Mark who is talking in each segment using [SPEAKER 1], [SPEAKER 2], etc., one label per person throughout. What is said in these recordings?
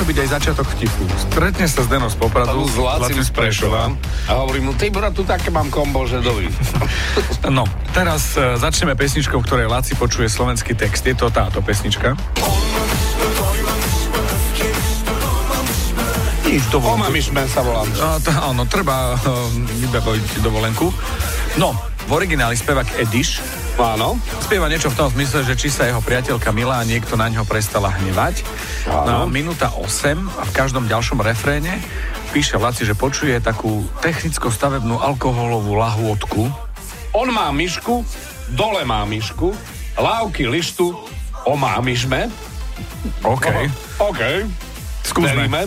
[SPEAKER 1] byť aj začiatok vtipu. Stretne sa Zdeno z Popradu
[SPEAKER 2] s Lácim z Prešova. A hovorím mu, ty brat, tu také mám kombo, že dovi.
[SPEAKER 1] No, teraz e, začneme pesničkou, v ktorej Laci počuje slovenský text. Je to táto pesnička. Nič, dovolenku.
[SPEAKER 2] Omamišme sa volám.
[SPEAKER 1] A, to, áno, treba e, vybaviť dovolenku. No, v origináli spevak Ediš
[SPEAKER 2] No, Áno.
[SPEAKER 1] Spieva niečo v tom zmysle, že či sa jeho priateľka milá niekto na ňo prestala hnevať. No,
[SPEAKER 2] Áno.
[SPEAKER 1] minúta 8 a v každom ďalšom refréne píše Laci, že počuje takú technicko-stavebnú alkoholovú lahôdku.
[SPEAKER 2] On má myšku, dole má myšku, lávky lištu, omámišme.
[SPEAKER 1] OK,
[SPEAKER 2] OK,
[SPEAKER 1] skúsme.
[SPEAKER 2] veríme.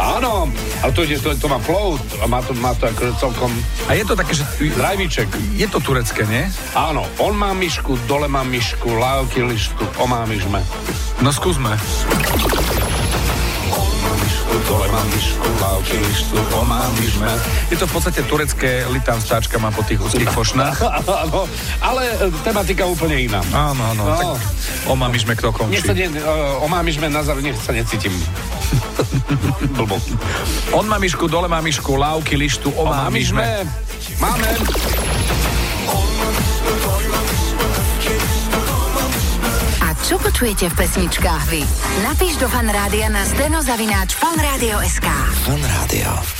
[SPEAKER 2] Áno, ale to, ide, to, to má flow, a má to, má to akože celkom
[SPEAKER 1] A je to také, že
[SPEAKER 2] drajviček.
[SPEAKER 1] je to turecké, nie?
[SPEAKER 2] Áno, on má myšku, dole má myšku, lávky lištu, omámišme.
[SPEAKER 1] No skúsme.
[SPEAKER 2] Dole má myšku, lávky lištu, omámišme.
[SPEAKER 1] Je to v podstate turecké litám stáčka má po tých úzkých fošnách.
[SPEAKER 2] Áno, ale e, tematika úplne iná.
[SPEAKER 1] Áno, áno,
[SPEAKER 2] No.
[SPEAKER 1] tak omamižme kto
[SPEAKER 2] Nech sa
[SPEAKER 1] končí.
[SPEAKER 2] ne, uh, omámišme na záver, nech sa necítim. Blbo.
[SPEAKER 1] On má myšku, dole má myšku, lávky, lištu, omamižme.
[SPEAKER 2] Omámišme. Máme.
[SPEAKER 3] A čo počujete v pesničkách vy? Napíš do fanrádia na steno zavináč fanradio.sk.
[SPEAKER 4] Fan Rádio.